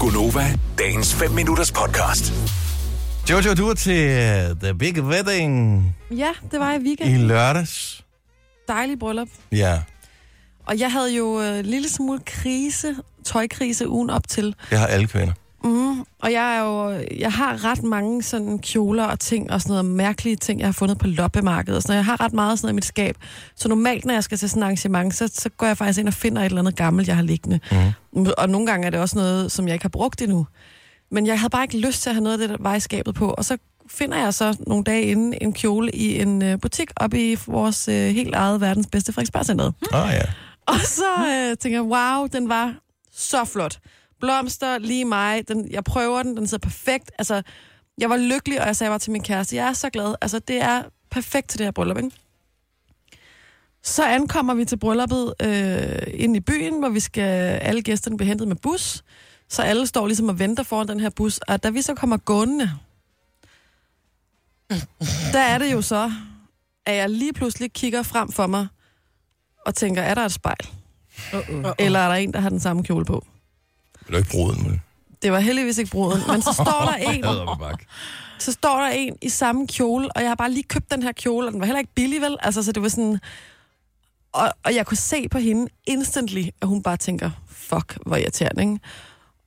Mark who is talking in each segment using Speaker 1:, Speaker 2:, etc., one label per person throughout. Speaker 1: Gunova, dagens 5 minutters podcast.
Speaker 2: Jojo, du var til øh, The Big Wedding
Speaker 3: Ja, det var i
Speaker 2: i
Speaker 3: weekend.
Speaker 2: lørdags.
Speaker 3: Dejlig bryllup.
Speaker 2: Ja,
Speaker 3: Og jeg havde jo øh, en lille smule krise, tøjkrise ugen op til.
Speaker 2: det har alle kvinder.
Speaker 3: Mm. Og jeg, er jo, jeg har ret mange sådan kjoler og ting og sådan noget mærkelige ting, jeg har fundet på loppemarkedet. Og sådan noget. Jeg har ret meget sådan noget i mit skab. Så normalt, når jeg skal til sådan en arrangement, så, så går jeg faktisk ind og finder et eller andet gammelt, jeg har liggende. Mm. Og nogle gange er det også noget, som jeg ikke har brugt endnu. Men jeg havde bare ikke lyst til at have noget af det, der var i skabet på. Og så finder jeg så nogle dage inden en kjole i en øh, butik oppe i vores øh, helt eget verdens bedste Frederiksberg
Speaker 2: Åh oh, ja.
Speaker 3: og så øh, tænker jeg, wow, den var så flot. Blomster, lige mig. Den, jeg prøver den, den sidder perfekt. Altså, jeg var lykkelig, og jeg sagde bare til min kæreste, jeg er så glad. Altså, det er perfekt til det her bryllup, ikke? Så ankommer vi til brylluppet øh, ind i byen, hvor vi skal alle gæsterne blive hentet med bus. Så alle står ligesom og venter foran den her bus. Og da vi så kommer gående, der er det jo så, at jeg lige pludselig kigger frem for mig og tænker, er der et spejl?
Speaker 4: Uh-uh.
Speaker 3: Eller er der en, der har den samme kjole på?
Speaker 2: Vil du ikke bruge den, vel?
Speaker 3: Det var heldigvis ikke bruden, men så står der en, så står der en i samme kjole, og jeg har bare lige købt den her kjole, og den var heller ikke billig, vel? Altså, så det var sådan... Og, og jeg kunne se på hende instantly, at hun bare tænker, fuck, hvor irriterende, ikke?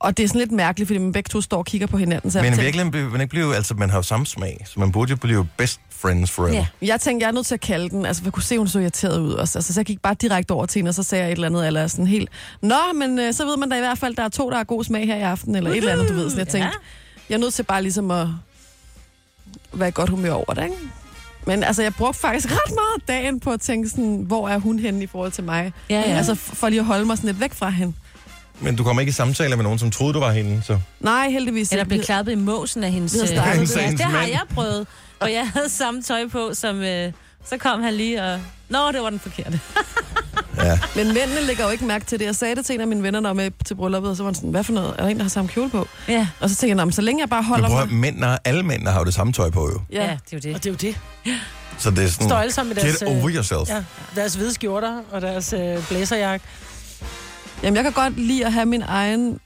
Speaker 3: Og det er sådan lidt mærkeligt, fordi man begge to står og kigger på hinanden. Så jeg
Speaker 2: Men i
Speaker 3: tænkte-
Speaker 2: virkeligheden bliver man ikke blive, altså man har jo samme smag, så man burde jo blive best friends forever.
Speaker 4: Ja.
Speaker 3: Jeg tænkte, jeg er nødt til at kalde den, altså for jeg kunne se, at hun så irriteret ud også. Altså, så jeg gik bare direkte over til hende, og så sagde jeg et eller andet, eller sådan helt, Nå, men øh, så ved man da i hvert fald, der er to, der har god smag her i aften, eller et eller andet, du ved. Så
Speaker 4: Mhm.
Speaker 3: jeg tænkte, jeg er nødt til bare ligesom at være i godt humør over det, ikke? Men altså, jeg brugte faktisk ret meget af dagen på at tænke sådan, hvor er hun henne i forhold til mig?
Speaker 4: Ja, ja.
Speaker 3: Altså, f- for lige at holde mig sådan lidt væk fra hende.
Speaker 2: Men du kommer ikke i samtale med nogen, som troede, du var hende, så...
Speaker 3: Nej, heldigvis
Speaker 4: Eller
Speaker 3: ikke.
Speaker 4: blev klappet i måsen af hendes...
Speaker 3: Vi havde startet det.
Speaker 4: øh, det, det har
Speaker 2: Hendes mand.
Speaker 4: jeg prøvet. Og jeg havde samme tøj på, som... Øh, så kom han lige og... Nå, det var den forkerte.
Speaker 2: Ja.
Speaker 3: Men mændene lægger jo ikke mærke til det. Jeg sagde det til en af mine venner, der var med til brylluppet, og så var han sådan, hvad for noget? Er der en, der har samme kjole på?
Speaker 4: Ja.
Speaker 3: Og så tænker jeg, "Nå, men så længe jeg bare
Speaker 2: Men
Speaker 3: holder
Speaker 2: prøv,
Speaker 3: mig...
Speaker 2: at- mænd har, alle mænd har jo det samme tøj på, jo.
Speaker 4: ja, ja, det er jo
Speaker 5: Og
Speaker 4: det.
Speaker 5: det er jo det.
Speaker 2: Så det er sådan...
Speaker 5: Står alle sammen med deres,
Speaker 2: Get Mm. over
Speaker 5: øh,
Speaker 2: yourself.
Speaker 5: Ja, deres hvide skjorter og deres øh, blæserjakke.
Speaker 3: Jamen, jeg kan godt lide at have min egen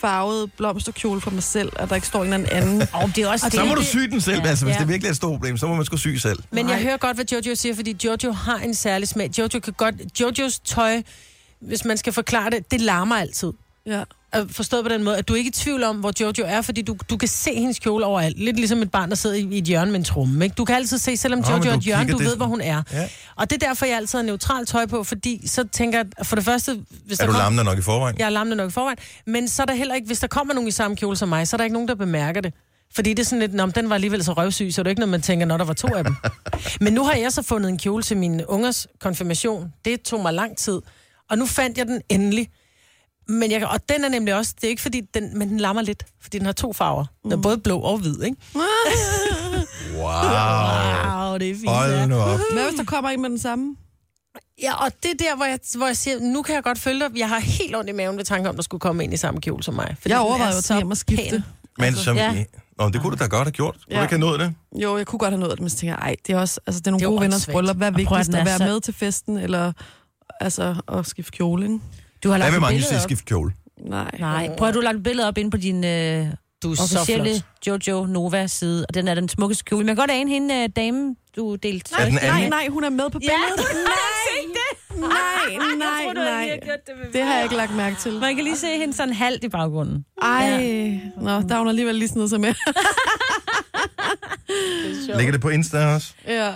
Speaker 3: farvede blomsterkjole for mig selv, og der ikke står en eller anden.
Speaker 4: Og det er også
Speaker 2: Så må
Speaker 4: det.
Speaker 2: du sy den selv,
Speaker 4: Ja.
Speaker 2: altså hvis
Speaker 4: Ja.
Speaker 2: det virkelig er et stort problem, så må man sgu sy selv.
Speaker 5: Men
Speaker 3: Nej.
Speaker 5: jeg hører godt, hvad Jojo siger, fordi Jojo har en særlig smag. Jojo kan godt... Jojos tøj, hvis man skal forklare det, det larmer altid.
Speaker 3: Ja.
Speaker 5: Øh, Forstået på den måde, at du er ikke i tvivl om, hvor Jojo er, fordi du, du kan se hendes kjole overalt. Lidt ligesom et barn, der sidder i, i et hjørne med en tromme. Ikke? Du kan altid se, selvom
Speaker 2: Nå,
Speaker 5: Jojo
Speaker 2: men
Speaker 5: er
Speaker 2: du
Speaker 5: et hjørne,
Speaker 2: kigger
Speaker 5: du
Speaker 2: det-
Speaker 5: ved, hvor hun er.
Speaker 2: Ja.
Speaker 5: Og det er derfor, jeg altid har neutralt tøj på, fordi så tænker jeg, for det første... Hvis
Speaker 2: Er du
Speaker 5: der kom,
Speaker 2: lammende nok i forvejen?
Speaker 5: jeg er lammende nok i forvejen. Men så er der heller ikke, hvis der kommer nogen i samme kjole som mig, så er der ikke nogen, der bemærker det. Fordi det er sådan lidt, om den var alligevel så røvsyg, så er det er ikke noget, man tænker, når der var to af dem. Men nu har jeg så fundet en kjole til min ungers konfirmation. Det tog mig lang tid. Og nu fandt jeg den endelig. Men jeg, kan- og den er nemlig også, det er ikke fordi, den, men den lammer lidt, fordi den har to farver. Den er både blå og hvid, ikke?
Speaker 2: Wow.
Speaker 5: Wow, det er fint.
Speaker 2: Hold nu op.
Speaker 3: Hvad hvis der kommer en med den samme?
Speaker 5: Ja, og det er der, hvor jeg, hvor jeg siger, nu kan jeg godt følge dig. Jeg har helt ondt i maven ved tanken om, der skulle komme ind i samme kjole som mig. Fordi
Speaker 3: Jeg
Speaker 5: den er
Speaker 3: overvejer jo til
Speaker 5: så
Speaker 3: hjem at skifte.
Speaker 5: pæn.
Speaker 2: Men som...
Speaker 4: ja.
Speaker 2: Nå, det kunne du da godt have gjort. Kunne du
Speaker 3: Ja.
Speaker 2: ikke have nået det?
Speaker 3: Jo, jeg kunne godt have nået det, men så tænker jeg, ej, det er også, altså, det er nogle
Speaker 5: Det er
Speaker 3: gode
Speaker 5: jo
Speaker 3: venners
Speaker 5: åndssvagt.
Speaker 3: bryllup. Hvad er
Speaker 4: Og prøv at
Speaker 3: vigtigst,
Speaker 4: den
Speaker 3: at
Speaker 4: er
Speaker 3: være
Speaker 4: så-
Speaker 3: med til festen, eller altså, at skifte kjole, ikke?
Speaker 4: Du har
Speaker 2: Der
Speaker 4: lagt
Speaker 2: vil
Speaker 4: et
Speaker 2: mange
Speaker 4: billede
Speaker 2: sige
Speaker 4: op.
Speaker 2: skift kjole.
Speaker 3: Nej.
Speaker 4: Nej, prøv at du lagt et billede op ind på din øh,
Speaker 5: Du er så flot.
Speaker 4: officielle Jojo Nova-side, og den er den smukkeste kjole. Man kan godt ane hende, øh, dame, du delte.
Speaker 2: Er den
Speaker 3: Nej,
Speaker 2: anden?
Speaker 3: nej, hun er med på
Speaker 4: Ja,
Speaker 3: billedet. Nej, nej, nej. Det har jeg ikke lagt mærke til.
Speaker 4: Man kan lige se hende sådan halvt i baggrunden.
Speaker 3: Ej, nå, der er hun alligevel lige sådan noget som jeg.
Speaker 2: Ligger det på Insta også?
Speaker 3: Ja.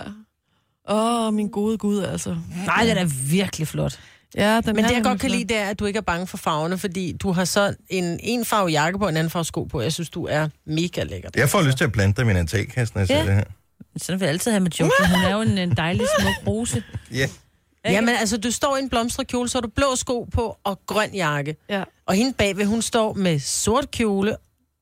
Speaker 3: Åh, min gode Gud, altså.
Speaker 4: Nej, den er virkelig flot.
Speaker 3: Ja, den
Speaker 5: Men altså-
Speaker 3: er
Speaker 5: det, jeg
Speaker 3: nemlig
Speaker 5: godt kan
Speaker 3: flot.
Speaker 5: lide, det er, at du ikke er bange for farverne, fordi du har så en, en farve jakke på, og en anden farve sko på. Jeg synes, du er mega lækker.
Speaker 2: Jeg får lyst til at plante dig i min antikast, når jeg ser
Speaker 4: Ja.
Speaker 2: det her.
Speaker 4: Sådan vil jeg altid have med Jojo. Hun er jo en, en dejlig, smuk rose.
Speaker 2: Ja.
Speaker 5: Ja, men altså, du står i en blomstrekjole, så har du blå sko på og grøn jakke.
Speaker 3: Ja.
Speaker 5: Og hende bagved, hun står med sort kjole,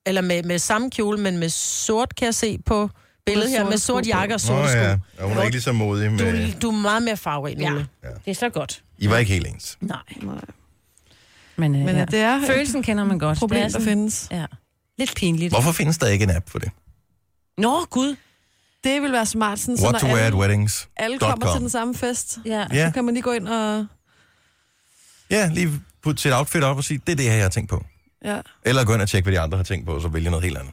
Speaker 5: eller med, med samme kjole, men med sort, kan jeg se på billedet her,
Speaker 3: sorte
Speaker 5: med
Speaker 3: sko
Speaker 5: sort
Speaker 3: på.
Speaker 5: jakke
Speaker 2: Nå
Speaker 5: og sorte sko.
Speaker 2: ja, og hun er ikke lige så modig med...
Speaker 5: Du, du er meget mere farverig,
Speaker 4: Ja.
Speaker 5: ja.
Speaker 4: Det er så godt.
Speaker 2: I var ikke helt ens.
Speaker 4: Nej.
Speaker 3: Nej.
Speaker 4: Men, øh,
Speaker 3: Men ja.
Speaker 4: ja.
Speaker 3: det er et
Speaker 4: Følelsen kender man godt.
Speaker 3: problem,
Speaker 4: Det er
Speaker 3: der
Speaker 4: sådan-
Speaker 3: findes.
Speaker 4: Ja. Lidt pinligt.
Speaker 2: Hvorfor findes der ikke en app for det?
Speaker 4: Nå, Gud.
Speaker 3: Det vil være smart, sådan, så
Speaker 2: What to
Speaker 3: når
Speaker 2: wear at
Speaker 3: alle,
Speaker 2: weddings.
Speaker 3: alle
Speaker 2: dot
Speaker 3: kommer
Speaker 2: com.
Speaker 3: til den samme fest,
Speaker 4: Ja.
Speaker 2: Ja.
Speaker 3: så kan man lige gå ind og...
Speaker 2: Ja, lige putte sit outfit op og sige, det er det her, jeg har tænkt på.
Speaker 3: Ja.
Speaker 2: Eller gå ind og tjekke, hvad de andre har tænkt på, og så vælge noget helt andet.